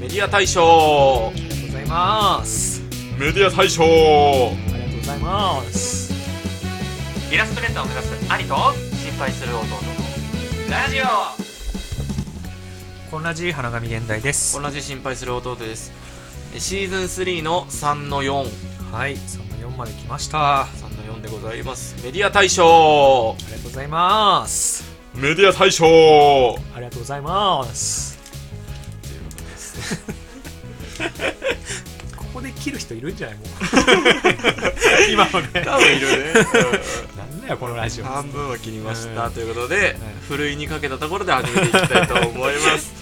メディア大賞ありがとうございますメディア大賞ありがとうございますイラストレーターを目指す兄と心配する弟のラジオこんなじ花神現代です同じ心配する弟ですえシーズン3の3の43はい3の4まで来ましたあの4でございますメディア大賞りがとうございますメディア大賞とありがとうございますいうことですね ここで切る人いるんじ ゃないもう今のね多分いるねなんだよこのラジオは半分は切りました、うんということで、うんふるいにかけたところで始めていきたいと思います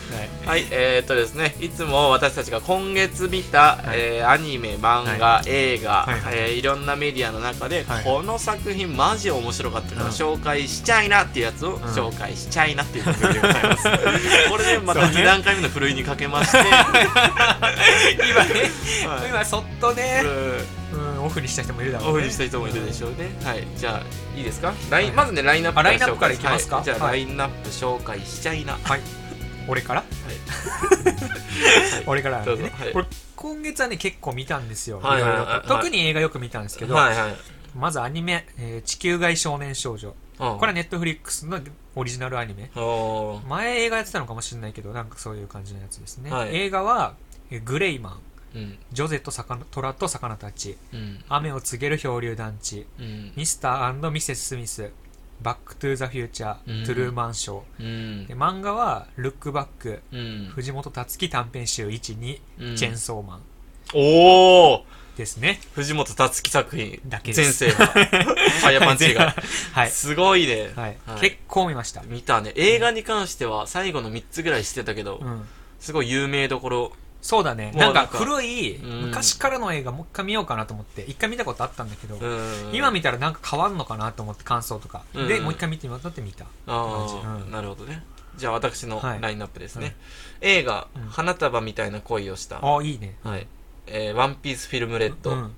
はいえー、っとですねいつも私たちが今月見た、はいえーアニメ漫画、映画、はいはいいえーいろんなメディアの中で、はいこの作品マジ面白かったから、うん紹介しちゃいなっていうやつを、ん紹介しちゃいなっていう作品でございます これでまたそうね2段階目のふるいにかけまして今ね、いはい今そっとねうんうんオフにした人もいるだろうねオフにした人もいるでしょうね、はいじゃあいいですか、ラインまずねラインナップあラインナップから紹介いきますかはいじゃあ、はいラインナップ紹介しちゃいなはい俺から 俺からなんでね、どうぞはい俺今月はね結構見たんですよ、はいはいはいろろとはい特に映画よく見たんですけど、はいはいまずアニメ、えー地球外少年少女」うんこれはネットフリックスのオリジナルアニメおー前映画やってたのかもしれないけどなんかそういう感じのやつですね、はい映画はえー「グレイマン」うん「ジョゼと魚虎と魚たち」うん「雨を告げる漂流団地」うん「ミスターミセス・スミス」「バック・トゥ・ザ・フューチャー」うんトゥルーマンショー」うんで漫画は「ルック・バック」うん藤本つ樹短編集12、うんチェンソーマンおおですね。藤本つ樹作品 だけで前す世がファイヤーパンチが はい。すごいね、はいはい。結構見ました。見たね映画に関しては最後の3つぐらいしてたけど、うん。すごい有名どころそうだね。もなうんなかんか古い、うん昔からの映画もう一回見ようかなと思って、一回見たことあったんだけど、うん今見たらなんか変わんのかなと思って感想とか。うんで、もう一回見てみようと思って見た。ああ、うんなるほどねじゃあ私のはいラインナップですね、はい映画、うん花束みたいな恋をした」ああ、いいね。はいえーワンピースフィルムレッド」うん。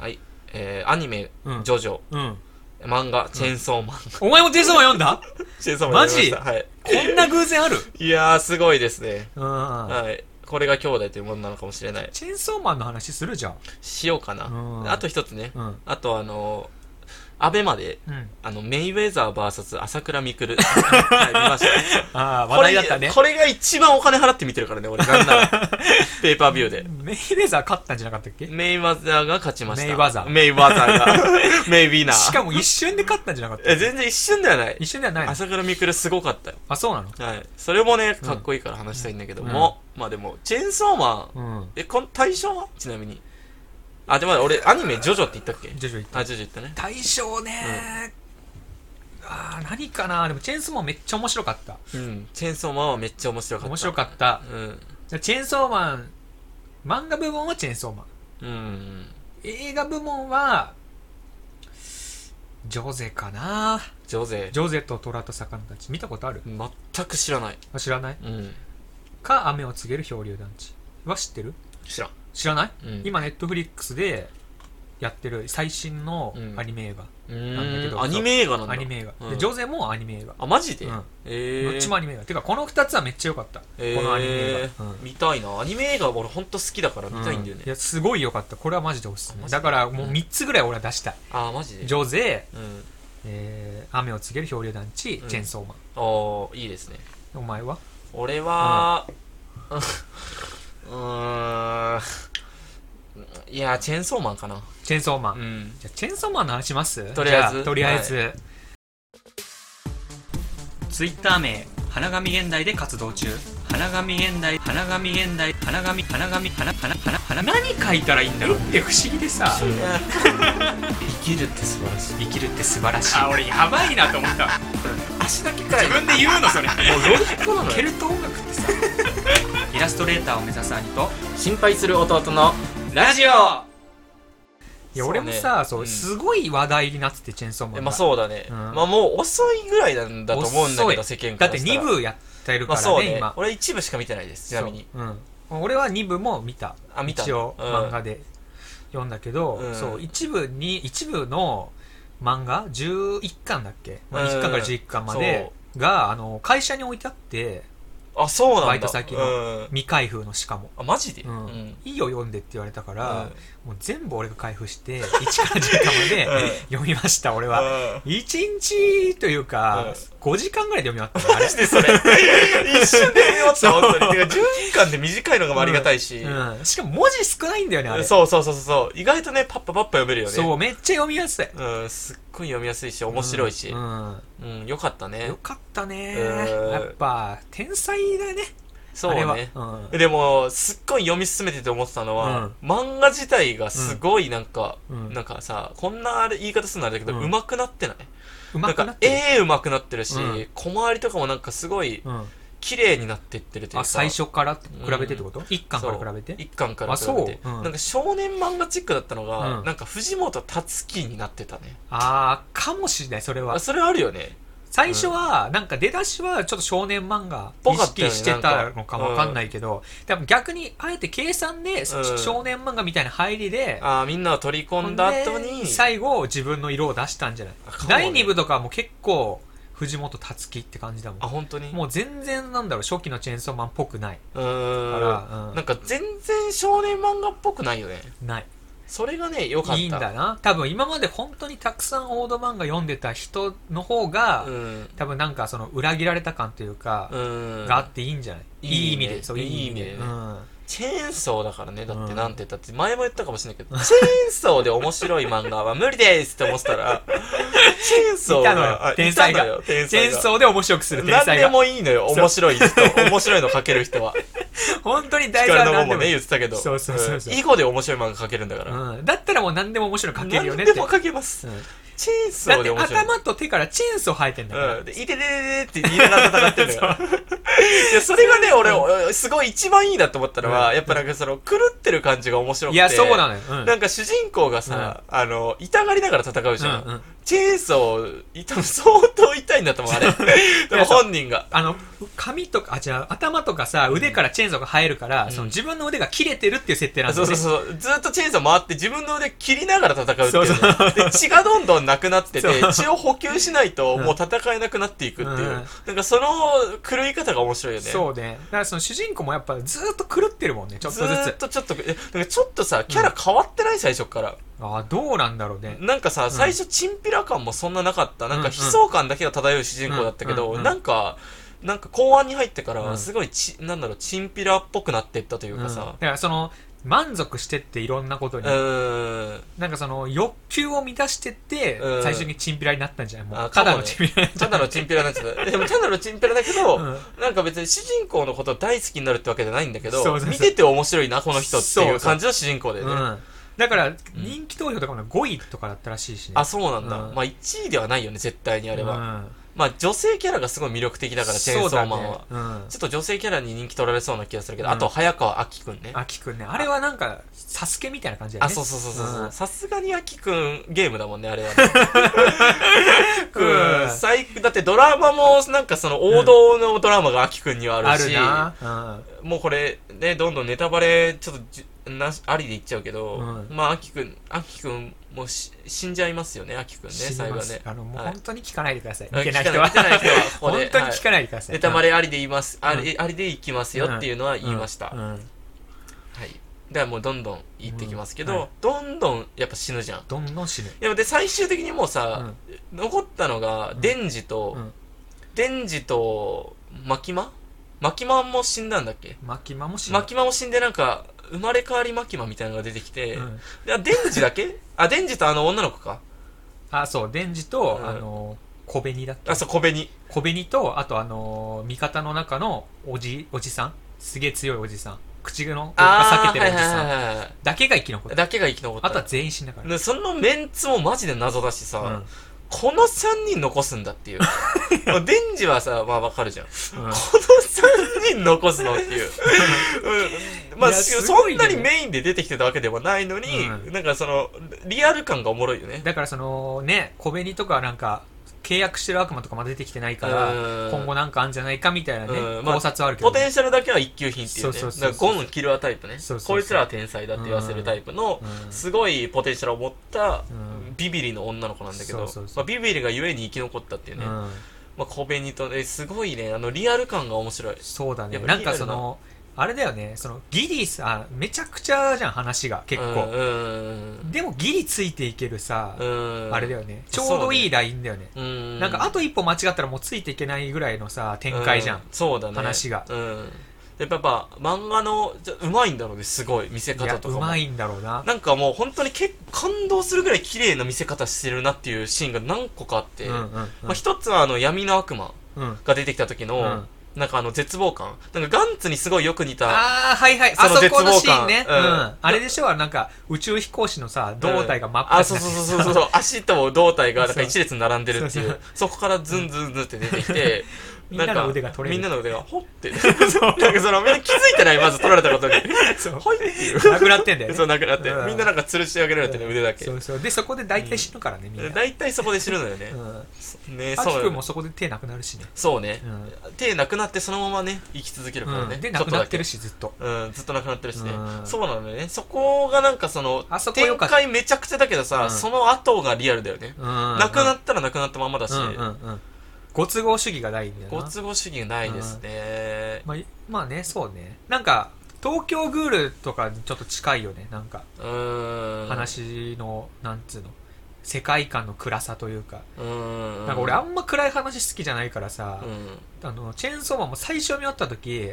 はいえーアニメ、うんジョジョうん。」漫画「チェーンソーマン」お前もテスマ読んだチェーンソーマンマジやりましたはい、こんな偶然あるいやーすごいですね、うん。はい、これが兄弟というものなのかもしれないチェンソーマンの話するじゃん。しようかな、うんあと一つね、うん。あとあのー、アベマでうん。あのメイウェザー VS 朝倉未来、はい、見ましたあ あ、話題だったね。これこれが一番お金払って見てるからね、 俺、なんなら。ペーパービューで。メイウェザー勝ったんじゃなかったっけメイワザーが勝ちました。メイワザーメイワザー が。メイウィナー。しかも一瞬で勝ったんじゃなかったえ、全然一瞬ではない一。瞬ではないの朝倉未来すごかったよ。あ、そうなのはい。それもね、かっこいいから話したいんだけども。まあでも、チェーンソーマン。うん。え、この対象はちなみに。あ、でも俺、アニメ、ジョジョって言ったっけ徐々に行ったあ、ジョジョ言ったね。大賞ねあー何かなでもチェーンソーマンめっちゃ面白かったうん。チェーンソーマンはめっちゃ面白かった。面白かったうん。じゃあチェーンソーマン漫画部門はチェーンソーマンうん。映画部門はジョゼかなジョゼ。ジョゼと虎と魚たち見たことある全く知らない。あ知らないうん。か雨を告げる漂流団地は知ってる知らん。知らない、うん今ネットフリックスでやってる最新のアニメ映画、なんだけどアニメ映画なんだアニメ映画、うでんジョゼもアニメ映画あマジで、うんえー、どっちもアニメ映画てかこの2つはめっちゃ良かった、えーこのアニメ映画、うん見たいなアニメ映画は俺ほんと好きだから見たいんだよね、いやすごい良かったこれはマジでおすすマめジでだからもう3つぐらい俺は出したいあマジ「でジョゼ」うんえー雨を告げる漂流団地」うんチェンソーマンああいいですね」お前は俺は うーんいやチェーンソーマンかなチェンソーマン、うんじゃあチェンソーマンの話しますとりあえずじゃとりあえず、ツイッター名花神現代で活動中花神現代花神現代花神花神花花花花何書いたらいいんだろうって不思議でさ生きるって素晴らしい生きるって素晴らしいあ俺やばいなと思った足だけかい自分で言うのそれそうなのケルト音楽ってさ イラストレーターを目指す兄と心配する弟のラジオいや俺もさそそうう、ねうんすごい話題になっててチェンソーマンえがまあそうだね、うんまあもう遅いぐらいなんだと思うんだけど世遅い間かだらってしたら2部やってるまあからね,、そうね今俺一部しか見てないですちなみにそう、うん、俺は2部も見たあ見た一応、うん漫画で読んだけど、うんそう一部に一部の漫画11巻だっけ、まあ、うん1巻から11巻までが、あの会社に置いてあってあそうなんだバイト先のうん未開封のしかも、あマジでううんんいいよ読んでって言われたから、もう全部俺が開封して1から10うまんで読みました俺うは、ん一1日というか、5時間ぐらいで読み終わったあれ でそれ一瞬で読み終わった本当にてか10時間で短いのがありがたいし、うん、しかも文字少ないんだよねあれそうそうそうそうそう意外とねパッパパッパ読めるよねそうめっちゃ読みやすいうんすっごい読みやすいし面白いしう、んうんうんよかったねよかったねうんやっぱ天才だよねそうあれねは、うんでもすっごい読み進めてて思ってたのは、漫画自体がすごいなんか、うんなんかさこんなあれ言い方するのあれだけど、うんうまくなってないうん、な上ん手くなかってる、絵うまくなってるし、うん小回りとかもなんかすごいうん、綺麗になってってるというかあ最初から比べてってこと、一巻から比べて1巻から比べてあそううんなんか少年漫画チックだったのが、うんなんか藤本達樹になってたねああかもしれないそれはあそれあるよね最初は、なんか出だしはちょっと少年漫画ぽ意かった識よねしてたのかなんかわかんないけど、でも逆にあえて計算で、少年漫画みたいな入りで、あーみんなを取り込んだ後ほんにで最後自分の色を出したんじゃない、あかもね第2部とかも結構藤本達樹って感じだもあん本当にもう全然なんだろう初期のチェーンソーマンっぽくないからーうんんなんか全然少年漫画っぽくないよねないそれがね良かったいいんだな多分今まで本当にたくさんオード漫画読んでた人の方が、うん多分なんかその裏切られた感というか、うんがあっていいんじゃない、うんいい意味いいでねそういい意味でいい意味でねうんチェーンソーだからねだっうてんなんて言ったって前も言ったかもしれないけど、 チェーンソーで面白い漫画は無理ですって思ってた らチェーンソーいたのよがあ天才がいたのよ天チェ才ーンがソーで面白くする天何才でが。もいいのよ面白 い人面白いの書ける人は本当に大光事の門なんでももねいい言ってたけどそうそうそうそうん囲碁で面白い漫画書けるんだから、うん。だったらもう何でも面白いの書けるよねって。何でも書けますうんチェーンソだーってで面白い頭と手からチェーンソー生えてんだから。うん、で、いててててって言いながら戦ってるのよ。いや、それがね、俺、おすごい一番いいなと思ったのは、うんやっぱなんかその、狂ってる感じが面白くいて。や、そうなのよ。うんなんか主人公がさ、あの、痛がりながら戦うじゃん。うんうんチェーンソー、多分相当痛いんだと思う、あ れ。でも本人が。あの、髪とか、あ、違う、頭とかさ、腕からチェーンソーが生えるから、んその自分の腕が切れてるっていう設定なんだそうよね。そうそう。ずっとチェーンソー回って自分の腕切りながら戦うっていうね、そうそうで、血がどんどんなくなっててそう、血を補給しないとうんもう戦えなくなっていくっていう。うんなんかその狂い方が面白いよね。そうね。だからその主人公もやっぱずーっと狂ってるもんね、ちょっずとずーっつ。とちょっと、えなんかちょっとさ、キャラ変わってない最初から。ああ、どうなんだろうね。なんかさ、最初チンピラ感もそんななかった。なんうんかうん悲壮感だけが漂う主人公だったけうんうんど、うんなんか、なんか後半に入ってかうら、んすごいち、なんだろう、チンピラっぽくなってったといううんかださか、らその、満足してっていろんなことうに。ーん。なんかその欲求を満たしてって、うん最終的にチンピラになったんじゃないもうあたかもねだのチンピラになっちゃただのチンピラになっちゃ った。でもただのチンピラだけど、うんなんか別に主人公のこと大好きになるってわけじゃないんだけど、そうそうそう見てて面白いな、この人ってそういそうう感じの主人公だよね。う、ん、だから人気投票とかも5位とかだったらしいしねあ、そうなんだ。うんまあ1位ではないよね、絶対にあれは。うんまあ女性キャラがすごい魅力的だから、チェーンソーマンは。そうだねうんちょっと女性キャラに人気取られそうな気がするけど、うんあと早川あきくんね。あきくんねあれはなんかサスケみたいな感じだよあ、ねそうそうそうそうそううんさすがにあきくんゲームだもんね、あれはね。ううんん最だってドラマも、なんかその王道のドラマがあきくんにはああるし、るな、もうこれ、ね、どんどんネタバレ、ちょっとじゅなし、ありで言っちゃうけど、うんまあ、あきくん、あきくん、もうし死んじゃいますよね、あきくんうん、ね、知り最後まはすね。あのもうはい本当に聞かないでください、うんいけない人は聞かない聞かない人はここ 本で当に聞かないでください、ネタバレレありで言います、あり、うありでいきますよっていうのは言いました。はい。だからもうどんどん行ってきますけど、うんはいどんどんやっぱ死ぬじゃん。どんどん死ぬ、でもで最終的にもううさん、残ったのが、デンジと、うんデンジと、マキママキマも死んだんだっけマキマも死ぬマキマも死んでなんか、生まれ変わりマキマみたいなのが出てきて、うんであデンジだけあ、デンジとあの女の子か。あそうデンジと、うんあの小紅だっけあ、そう、小紅。小紅とあとあのー味方の中のおじおじさんすげえ強いおじさん口のがあ裂ーけてるおはじいさんはいはいはだけが生き残っい。ただけが生き残った。あとは全員死んだから、でそのメンツもマジで謎だしさ、うんこの3人残すんだって いう。もうデンジはさ、まあわかるじゃん。うんこの3人残すのっていう。うんまあ、いやしすそごいんねなにメインで出てきてたわけではないのに、うんなんかその、リアル感がおもろいよね。だからそのね小紅とかなんか契約してる悪魔とかまだ出てきてないからうん今後なんかあんじゃないかみたいなね、うんまあ考察はあるけどポテンシャルだけは一級品っていうね。そうそうそうそうだからゴンキルアタイプねそうそうそうこいつらは天才だって言わせるタイプの、うんすごいポテンシャルを持ったうんビビリの女の子なんだけど、そうそうそうまあ、ビビリが故に生き残ったっていうね。うんまあ、小紅とね、すごいね、あの、リアル感が面白い。そうだねやっぱなんかリアそルのあれだよねそのギリさめちゃくちゃじゃん話が結うん構、うんでもギリついていけるさ、うん。うんあれだよねちょうどいいラインだよねうん。なんかあと一歩間違ったらもうついていけないぐらいのさ展開じゃん、うそうだね。話がうん。でやっぱ、漫画の、じゃうまいんだろうね、すごい。見せいや方とうかも。まいんだろうななんかもう本当に結構感動するぐらい綺麗な見せ方してるなっていうシーンが何個かあって、うんうんうんまあ、一つはあの闇の悪魔うんが出てきた時の、なんかあの絶望感なんかガンツにすごいよく似たああはいはいそあのそこの絶望感シーンね、うんうんあれでしょなんか宇宙飛行士のさ胴体が真っあ赤そうそううそうそう そう足と胴体がなんかそう一列に並んでるっていそううそこからズンズンズンって出てきて みんなの腕が取れるみんなの腕がほって なんかそのみんな気づいてないまず取られたことにそうほいっていうなくなってんだよねそうなくなってうんみんななんか吊るしてあげられてね腕だけそうそうでそこで大体死ぬからね、みんな大体そこで死ぬのよねうんねあきそうよくんねもそこで手なくなるしねそうねうん手なくなってそのままね生き続けるからね、うちょんでなくなってるしずっとっとだけうんずっとなくなってるしね、うんそうなのよねそこがなんかそのあそこよ展かった開めちゃくちゃだけどさ、うんその後がリアルだよね、ななくなったらなくなったままだし、うんうんうんご都合主義がないんだよなご都合主義がないですね、まあ、いまあねそうねなんか東京グールとかにちょっと近いよねなんかうーん話の、なんつうの世界観の暗さというか、うーんなんか俺あんま暗い話好きじゃないからさう、あのチェーンソーマンも最初見終わった時、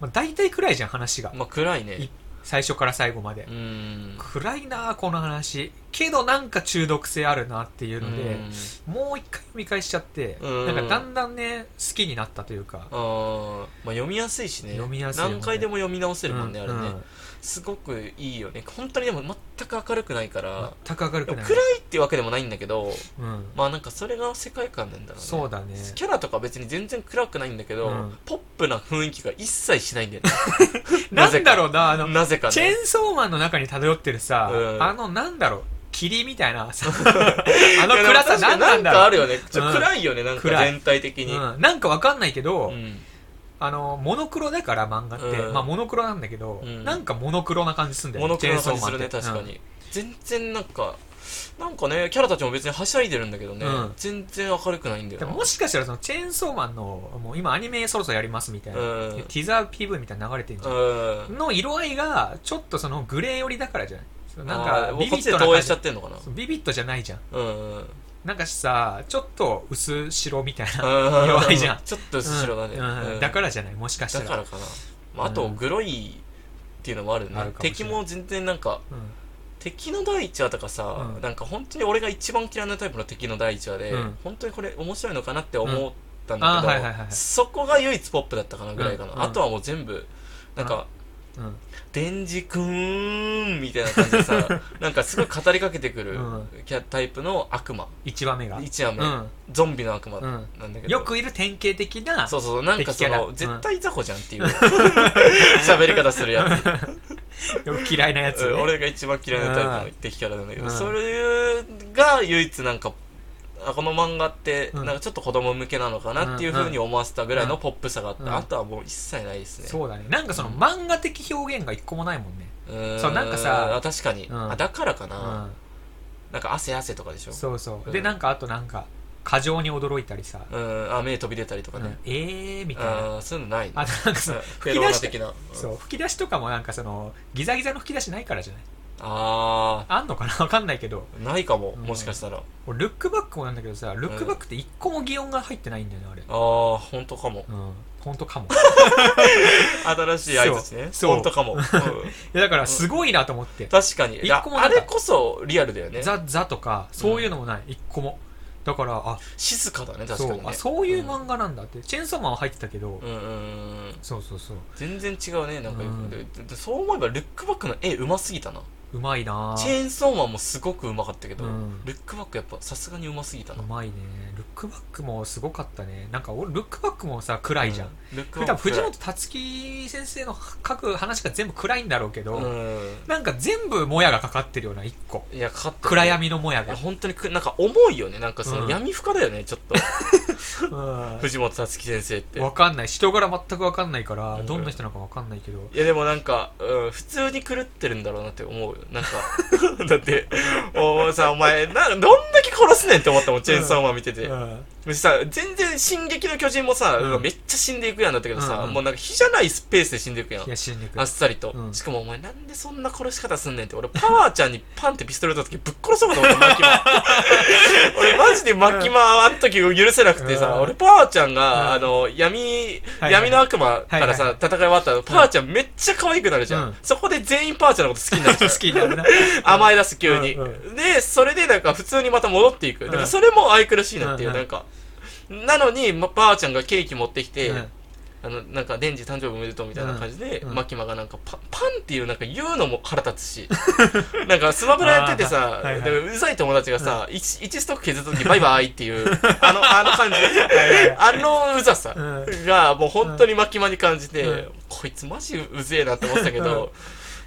まあ、大体暗いじゃん話がんまあ暗いいね最初から最後までう、ん暗いなあこの話けどなんか中毒性あるなっていうので、もう一回読み返しちゃって、うんなんかだんだんね好きになったというか、あーまあ読みやすいしね読みやすいもんね何回でも読み直せるもんね、うあれね、うんすごくいいよね本当にでも全く明るくないから、全く明るでくもない暗いっていうわけでもないんだけどうん、まあなんかそれが世界観なんだろうねそうだねキャラとか別に全然暗くないんだけど、うんポップな雰囲気が一切しないんだよねなぜんかだろうな あのなぜかチェねーンソーマンの中に漂ってるさ、うんあのなんだろう霧みた いなさあの暗さなんなんいやでも確かになんかだあろるよねちょうん暗いよねなんか暗い全体的うに、うん、なんかわかんないけど、うんあのモノクロだから漫画って、うんまあモノクロなんだけど、うんなんかモノクロな感じすんだよモノクロな感じチェすーるンソーマンねって確かに、全然なんかなんかねキャラたちも別にはしゃいでるんだけどね、うん全然明るくないんだでよもなもしかしたらそのチェーンソーマンのもう今アニメそろそろやりますみたいな、うんでティザー PV みたいなの流れてるじゃん、うんの色合いがちょっとそのグレー寄りだからじゃないそのなんあーかもうビこビっちッでドな投感影しちじゃってんのかなそうビビッドじゃないじゃんうんうんなんかさちょっと薄白みたいな弱弱いじゃん ちょっと後ろだね、うんうんうんだからじゃないもしかしただらからかな、まあ、あとうんグロいっていうのもあるねあるかもしれない敵も全然なんかう敵の第一話とかさ、うんなんか本当に俺が一番嫌いなタイプの敵の第一話で、うん本当にこれ面白いのかなって思ったんうんだけあーど、はいはいはいそこが唯一ポップだったかなぐらいかな、うんうんあとはもう全部なんかんうん「デンジくーん」みたいな感じで さなんかすごい語りかけてくるうんキャタイプの悪魔一話目が一話目、うんゾンビの悪魔うなんんだけど、よくいる典型的なそうそうなんかそ敵キャラうのん絶対雑魚じゃん っていう喋り方するやつよく嫌いなやつねうん俺が一番嫌いなタイプの敵キャラなんだけど、うんそれが唯一なんかあこの漫画ってうなんんかちょっと子供向けなのかなっていうふうに思わせたぐらいのポップさがあった、うんあとはもう一切ないですねそうだねなんかその漫画的表現が一個もないもんねうーそうなんかさあ確かに、うんあだからかうな、んなんか汗汗とかでしょそうそううでんなんかあとなんか過剰に驚いたりさうんあ目飛び出たりとかうんね、えーみあたいなあーそういうのないねあとなんかそのフェ吹ロきー出ナし的なそう吹き出しとかもなんかそのギザギザの吹き出しないからじゃないああんのかなわかんないけどあないかもうんもしかしたら、俺ルックバックもなんだけどさルックバックって一個も擬音が入ってないんだよねあれああ本当かもうん本当かも新しい挨拶ねそう本当かも、うんいやだからすごいなと思って確かに 一だ個もなあんかれこそリアルだよねザ・ザとかそういうのもない、一個もだからあ静かだね確そかうに、ね、あそういう漫画なんだって、チェーンソーマンは入ってたけど、うんうんうんうんそうそうそう全然違うねなんか、うんででそう思えばルックバックの絵うますぎたなうまいなチェーンソーマンもすごくうまかったけど、うんルックバックやっぱさすがにうますぎたうなまいねルックバックもすごかったねなんか俺ルックバックもさ暗いじゃん、うんルックバ普ッ段ク藤本辰樹先生の書く話が全部暗いんだろうけど、うんなんか全部もやがかかってるような一個いやかかってる暗闇のもやいやが、本当にくなんか重いよねなんかそのうん闇深だよね、ちょっとう藤本つ樹先生ってん、わかんない人柄全くわかんないから、うんどんな人なのかわかんないけどいやでもなんか、うん、普通に狂ってるんだろうなって思うよなん かだっておーさお前などんだけ殺すねんって思ったもんチェーンソーマン見てて、うん私さ、全然、進撃の巨人もさ、うんめっちゃ死んでいくやんだったけどさ、うんうんもうなんか火じゃないスペースで死んでいくやんい。や、死んでくあっ。さりと、うんしかもお前なんでそんな殺し方すんねんって俺パワーちゃんにパンってピストル打った時ぶっ殺そうかと思ったマキ マ俺マジでマキマあの時許せなくてさ、うん俺パワーちゃんが、うんあの闇、はい闇の悪魔からさ、はいは戦い終わったらパワーちゃんめっちゃ可愛くなるじゃん、うんそこで全員パワーちゃんのこと好きになるじゃ好 んきになるな。甘え出す急に、うでそれでなんか普通にまた戻っていく、だからそれも愛くるしいなっていう、うんなんかなのに、ま、パワーちゃんがケーキ持ってきて、うんあのなんか「デンジ誕生日おめでとう」みたいな感じで、うんうんマキマがなんかパパンっていうなんか言うのも腹立つし なんかスマブラやっててさ、あーはいはいなんかうざい友達がさ、一 1, ストック削った時「バイバイ」っていう あのあの感じいは あのうざさうんがもう本当にマキマに感じて、うんこいつマジうぜえなって思ってたけど、う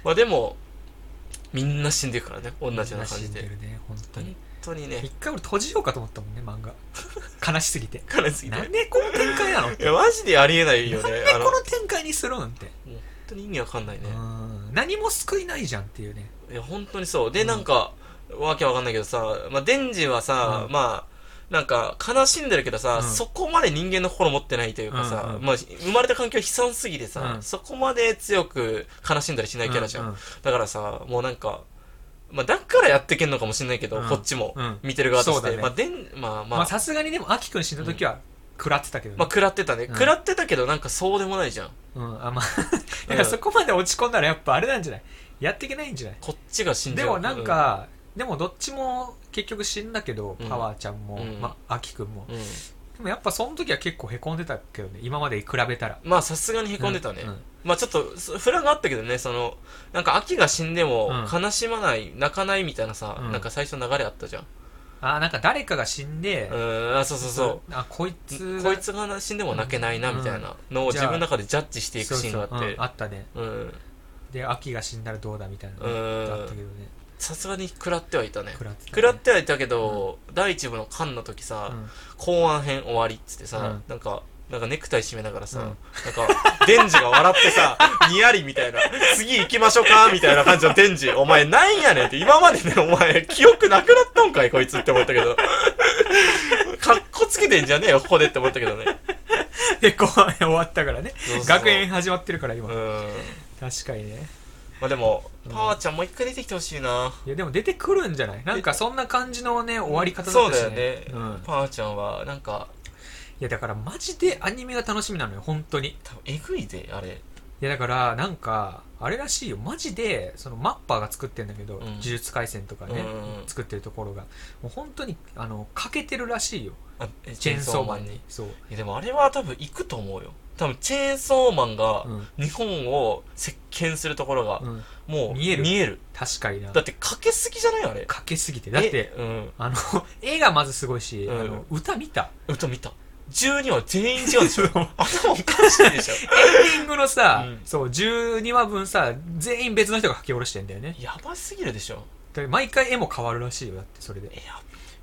まあでもみんな死んでるからね同じような感死じんででるね、本当に本。当にね一回俺閉じようかと思ったもんね、漫 画。悲しすぎて。悲しすぎてなんでこの展開なのって。いやマジでありえないよねなんであのこの展開にするんって。本当に意味わかんないね、うん何も救いないじゃんっていうね。いや本当にそうで、うんなんかわけわかんないけどさ、まあ、デンジはさ、うんまあなんか悲しんでるけどさ、うんそこまで人間の心持ってないというかさ、うんうんまあ、生まれた環境悲惨すぎてさ、うんそこまで強く悲しんだりしないキャラじゃん、ううだからさもうなんか、まあ、だからやってけんのかもしれないけど、うんこっちも、うん見てる側としそうて、だねまあ、でんまあままああさすがにでも、アキくん死んだ時は、食らってたけどまあね。食らってたね、ん食らってたけどなんかそうでもないじゃんうん、あ、ま あ。だからそこまで落ち込んだらやっぱあれなんじゃないやっていけないんじゃないこっちが死んじでゃうもなん、か、でもどっちも結局死んだけどうん、パワーちゃんもうん、まあ、アキくんもう。んうんでもやっぱその時は結構へこんでたけどね、今まで比べたら。まあさすがにへこんでたね、うんうんまあちょっとそフラがあったけどねそのなんか秋が死んでもう悲しまない、泣かないみたいなさ、うんなんか最初の流れあったじゃんあーなんか誰かが死んでう、んあそうそうそあこいうつこいつが死んでも泣けないなみたいなのをうん自分の中でジャッジしていくシーンがあそうっそうてうんあったねうんで秋が死んだらどうだみたいなのうがんあったけどねさすがに食らってはいたね食らってたね食らってはいたけど、第一部の缶の時さ、うん 公安編終わりっつってさ、うんなんかなんかネクタイ締めながらさ、うんなんか、デンジが笑ってさ、 にやりみたいな、次行きましょうかみたいな感じのデンジ、お前なんやねんって、今までね、お前、記憶なくなったんかい、こいつって思ったけ ど。かっこつけてんじゃねえよ、ここでって思ったけどね。で後半終わったからねそうそう学園始まってるからう今ん。確かにねまあでも、パワーちゃんもう一回出てきてほしいな。いやでも出てくるんじゃないなんかそんな感じのね終わり方だそっうただしよね。うんパワーちゃんは、なんか、いやだからマジでアニメが楽しみなのよ本当にい多分えぐいぜ、あれ。やだからなんかあれらしいよマジでそのマッパーが作ってんだけどん呪術廻戦とかねうん作ってるところがもう本当にあの欠けてるらしいよあチェーンソーマンに。そういやでもあれは多分行くと思うよ多分チェーンソーマンがうん日本を席巻するところがうんもう見える見える確かになだってかけすぎじゃないあれかけすぎてだってえうんあの 絵がまずすごいし、うんあの歌見た歌見た12話全員違うで しょエン頭おかしいでしょ ディングのさ、うんそう12話分さ全員別の人が書き下ろしてんだよねやばすぎるでしょだから毎回絵も変わるらしいよだってそれでえ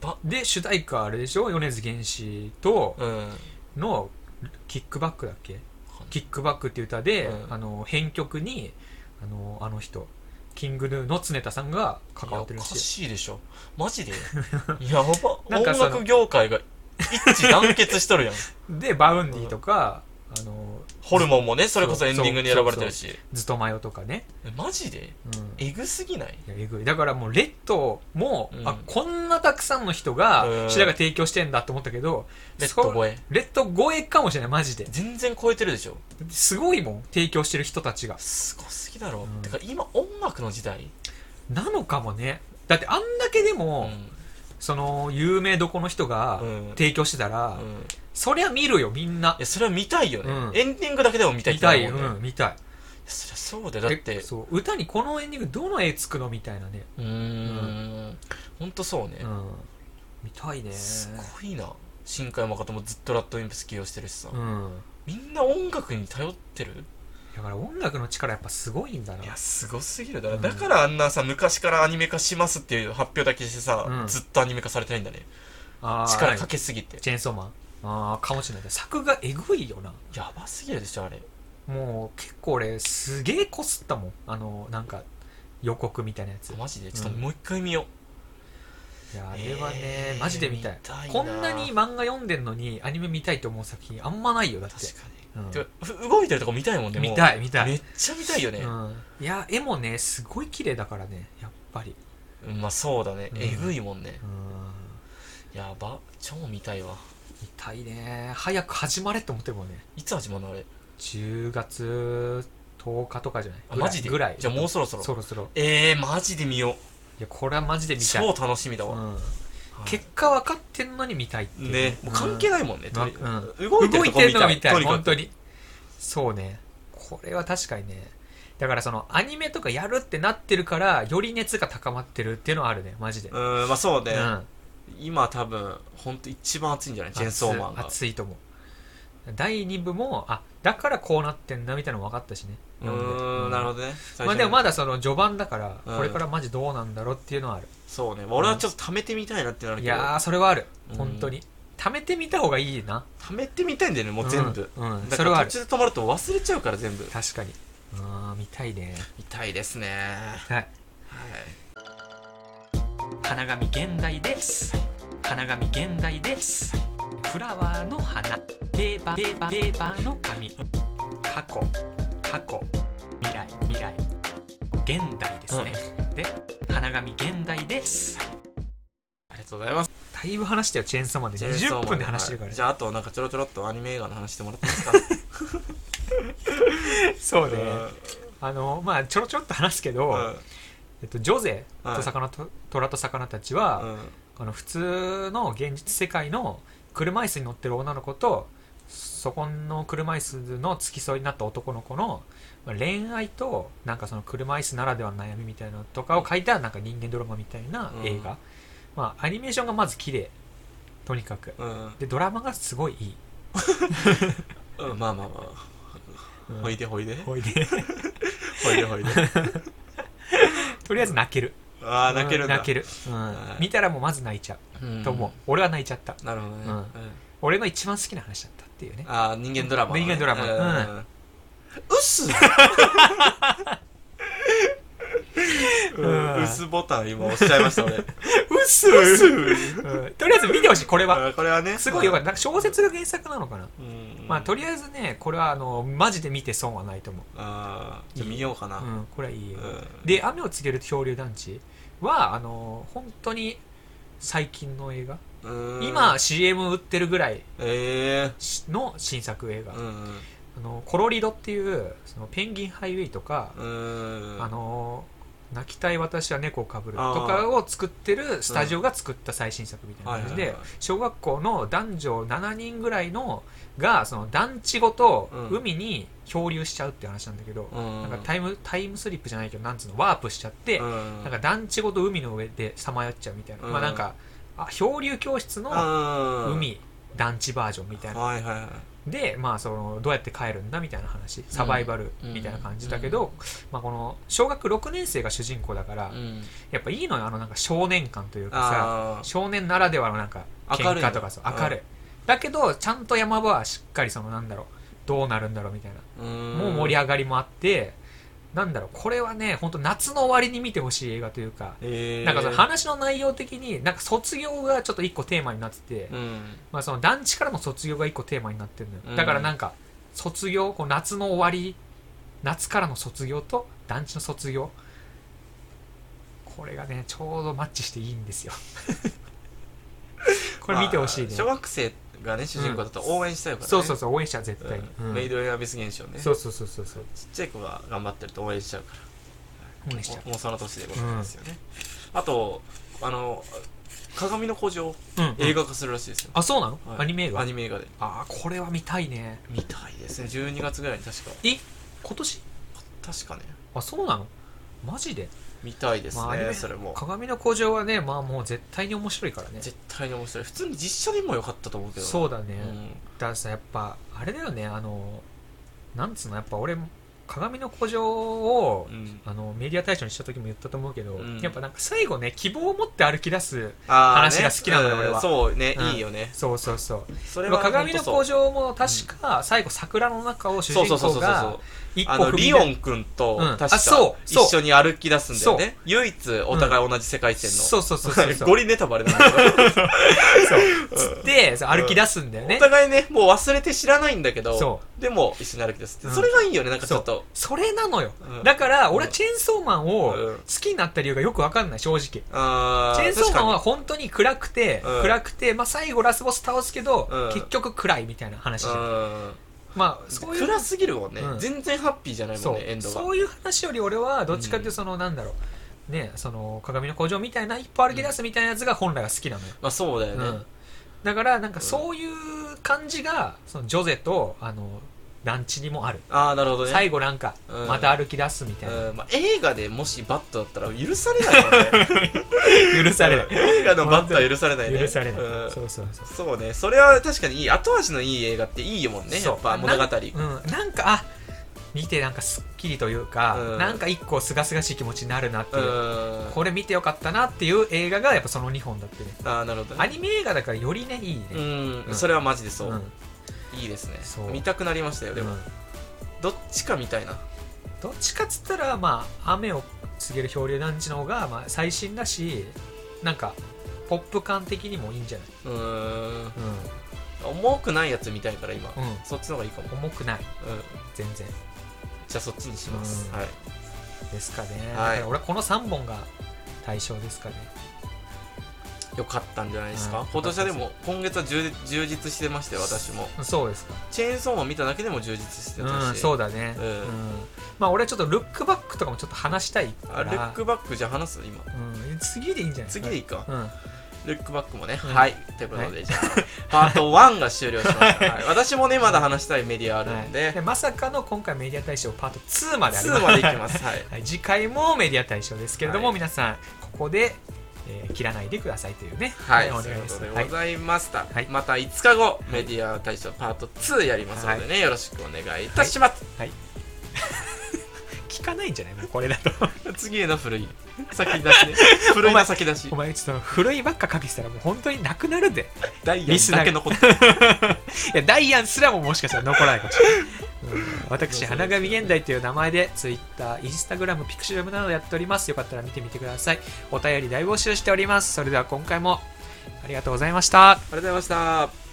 やで主題歌あれでしょ米津玄師とうんの「キックバック」だっけ「キックバック」っていう歌で、うんあの編曲にあのあの人キングヌーの常田さんが関わってるいやらおかしいしいでしょマ ジでやばなん音かその楽業界が一致団結しと るやんでバウンディとか、あのホルモンもねそれこそエンディングに選ばれてるしずとまよとかね、えマジでうん、えぐすぎないいやえぐいだからもうレッドも、うんあこんなたくさんの人がうん白が提供してんだと思ったけどレッド超えそレッド超えかもしれないマジで全然超えてるでしょすごいもん提供してる人たちがすごすぎだろ、うんてか今音楽の時代、なのかもねだってあんだけでうんも、その有名どこの人がうん提供してたら、うんいそりゃ見るよみんなやそれは見たいよね、うんエンディングだけでも見たいっ見てなたるいもんねうん見たいそりゃそうだよだってえそう歌にこのエンディングどの絵つくのみたいなね、うーんほんとそうねう、ん、見たいねすごいな新海誠もずっとラッドインプス起用してるしさ、うんみんな音楽に頼ってるだから音楽の力やっぱすごいんだないやすごすぎるだろ、うんだからあんなさ昔からアニメ化しますっていう発表だけしてさ、うんずっとアニメ化されてないんだねあー力かけすぎてチェーンソーマンああかもしれないけど作画えぐいよなやばすぎるでしょあれもう結構俺すげえこすったもんあのなんか予告みたいなやつマジでちょっともう一回見よう、いやあれはねマジで見たい見たいなこんなに漫画読んでんのにアニメ見たいと思う作品あんまないよだって確かうんにてかふ動いてるとこ見たいもんねもう見たい見たいめっちゃ見たいよね、うん、いや絵もねすごい綺麗だからねやっぱりまあそうだねうんえぐいもんねう、んやば超見たいわ見たいね早く始まれって思ってもねいつ始まるのあれ10月10日とかじゃないあぐらいマジでぐらいじゃあもうそろそろそろそろえー、マジで見よいやこれはマジでう見たい超、楽しみだうわ、はん、い結果分かってんのに見たいっていうね、もう関係ない、ないもんね、とりうん動いて動るいとこて見んのがた見いたいとにか本く当にそうねこれは確かにねだからそのアニメとかやるってなってるからより熱が高まってるっていうのはあるねマジで、うーんまあそうね、うん今多分本当一番熱いんじゃないチェンソーマンが熱いと思う第2部もあだからこうなってんだみたいなの分かったしねう読んでーうんんなるほどね最まあ初でにもまだその序盤だから、うんこれからマジどうなんだろうっていうのはある、そうね、まあ俺はちょっと貯めてみたいなってなるいけどやーそれはあるうん本当に、貯めてみた方がいいな貯めてみたいんだよねもう全部、うんうんだそかれはあらる途中で止まると忘れちゃうから全部確かにあー見たいね痛いですねはいはい金紙現代です金紙現代ですフラワーの花ペーパーペーパーペーパーの紙過去過去未来未来現代ですね、で花紙現代ですありがとうございますだいぶ話したよチェーンソーマンで20分で話してるから、じゃああとなんかちょろちょろっとアニメ映画の話してもらっていいですか そうね、うんあのまあちょろちょろっと話すけど、えっと、ジョゼと魚と、虎と魚たちは、うんあの普通の現実世界の車椅子に乗ってる女の子とそこの車椅子の付き添いになった男の子のまあ恋愛となんかその車椅子ならではの悩みみたいなのとかを書いたなんか人間ドラマみたいな映画、うんまあアニメーションがまず綺麗とにかくうんでドラマがすごいい い、うんまあまあまうあんほいでほいでほいでほいでほいで とりあえず泣けるああ泣けるんだ泣ける、うんはい見たらもうまず泣いちゃうと思う、俺は泣いちゃったうんなるほどねうんうん俺の一番好きな話だったっていうねああ人間ドラマのね人間ドラマうんううっ すうんうっすボタン今押しちゃいました俺嘘嘘うんとりあえず見てほしいこれはあこれはねすごいよかっったなんか小説が原作なのかな、たうんまあとりあえずねこれはあのマジで見て損はないと思う、あーじゃあ見ようかなううんん、これはいいよ、うんで「雨を告げる漂流団地は」あの本当に最近の映画、今 CM 売ってるぐらいえの新作映画、えうんあのコロリドっていうそのペンギンハイウェイとか、うんあの泣きたい私は猫をかぶるとかを作ってるスタジオが作った最新作みたいな感じうんはいではいはい小学校の男女7人ぐらいのがその団地ごとうん海に漂流しちゃうっていう話なんだけど、うんなんかタイムタイムスリップじゃないけどなんつうのワープしちゃって、うんなんか団地ごと海の上でさまよっちゃうみたいな、うんまあなんかあ漂流教室のうん海団地バージョンみたいなはいはいはいで、まあ、そのどうやって帰るんだみたいな話サバイバルみたいな感じだけど、まあ、この小学6年生が主人公だから、うんやっぱいいのよあのなんか少年感というかあさー少年ならではのなんか明る喧い嘩とかさ明るいうんだけどちゃんと山場はしっかりそのなんだろうどうなるんだろうみたいな、うんもう盛り上がりもあってなんだろうこれはね本当夏の終わりに見てほしい映画というか、ええなんかその話の内容的になんか卒業がちょっと一個テーマになってて、うんまあ、その団地からの卒業が一個テーマになってるのよ、うんだからなんか卒業こう夏の終わり夏からの卒業と団地の卒業これがねちょうどマッチしていい んですよこれ見てほしいね、まあ小学生がね主人公だと応援したいからねそうそうそう応援者は絶対に、ううんんメイド・イン・アビス現象ねちそっうそうそうそうそうちゃい子が頑張ってると応援しちゃうから応援しちゃもうその年でございますよね、あとあの鏡の古城う、うん映画化するらしいですよ、あそうなの、はいアニメ映画アあニメ映画であーこれは見たいね見たいですね12月ぐらいに確かえ今年確かねあそうなのマジで見たいですね、まあアニメそれも鏡の古城はねまあもう絶対に面白いからね絶対に面白い普通に実写でもよかったと思うけどそうだね、うんだからさやっぱあれだよねあのなんつうのやっぱ俺鏡の古城をうんあのメディア対象にした時も言ったと思うけど、うんやっぱなんか最後ね希望を持って歩き出すあー話が好きなんだね俺はうんそうね、うんいいよねそうそうそうそでれもは鏡の本当古城も確か最後桜の中を主そうそ人うそうそ公うそうが一あ歩の踏みリ出オン君とうん確あかそうそう一緒に歩き出すんだよね唯一お互い同じ世界線のそうそうそうそう そうゴリネタバレなんだけどで そう歩き出すんだよねお互いねもう忘れて知らないんだけどそでも一緒に歩き出すってうんそれがいいよねなんかちょっとそれなのよ、うんだから俺はチェーンソーマンをうん好きになった理由がよくわかんない正直あチェーンソーマンはは本当に暗くて、うん暗くて、まあ、最後ラスボス倒すけど、うん結局暗いみたいな話じゃんまあそういう暗すぎるもんねうん全然ハッピーじゃないもんそねエンうドそがういう話より俺はどっちかっていうとその、なんだろうねその鏡の工場みたいな一歩歩き出すみたいなやつが本来が好きなのよ、まあそうだようねんだからなんかそういう感じがそのジョゼとあの団地にもあるああなるほどね最後なんかうんまた歩き出すみたいな、うんまあ、映画でもしバットだったら許されないよ ね許されない映画のバットは許されないね許されない、うんそうそうそうそうねそれは確かにいい後味のいい映画っていいよもんねそうやっぱ物語なんうん、なんかあ見てなんかすっきりというか、うんなんか一個すがすがしい気持ちになるなっていう、うんこれ見てよかったなっていう映画がやっぱその2本だってねああなるほどアねニメ映画だからよりねいいね、うん、うんそれはマジでそう、うんいいですねそう見たくなりましたよでも、うんどっちか見たいなどっちかっつったらまあ雨を告げる漂流団地の方がまあ最新だしなんかポップ感的にもいいんじゃないうーんう重くないやつ見たいから今、ん、そっちの方がいいかも、うん、重くない全然じゃあそっちにします、うんはいですかね、はいだから俺はこの3本が対象ですかねよかったんじゃないですか、うん今年はでも今月は充実充実してまして私もそうですかチェーンソーマン見ただけでも充実してたし、うんそうだね、ううんんまあ俺はちょっとルックバックとかもちょっと話したいかあらルックバックじゃあ話す今うん、次でいいんじゃない次でいいか、うん、ルックバックもね、うんはいということで、じゃあパート1が終了 しました、はい、私もねまだ話したいメディアあるんはいで、でまさかの今回メディア大賞パート2まであり2までいきすますはいはい、次回もメディア大賞ですけれども、はい皆さんここで、えー切らないでくださいというね、はい、お願いというでことすではいございました、はいまた5日後メディア大賞パート2やりますのでね、よろしくお願いいたします、聞かないんじゃないもうこれだと次への古い先出しね古いの先出し お前ちょっと古いばっかかけてたらもう本当になくなるでダイリヤスナーだけ残ってるいやダイアンすらももしかしたら残らないかもしれない、うん私花神現代という名前で Twitter、Instagram、Pixium などやっておりますよかったら見てみてくださいお便り大募集しておりますそれでは今回もありがとうございましたありがとうございました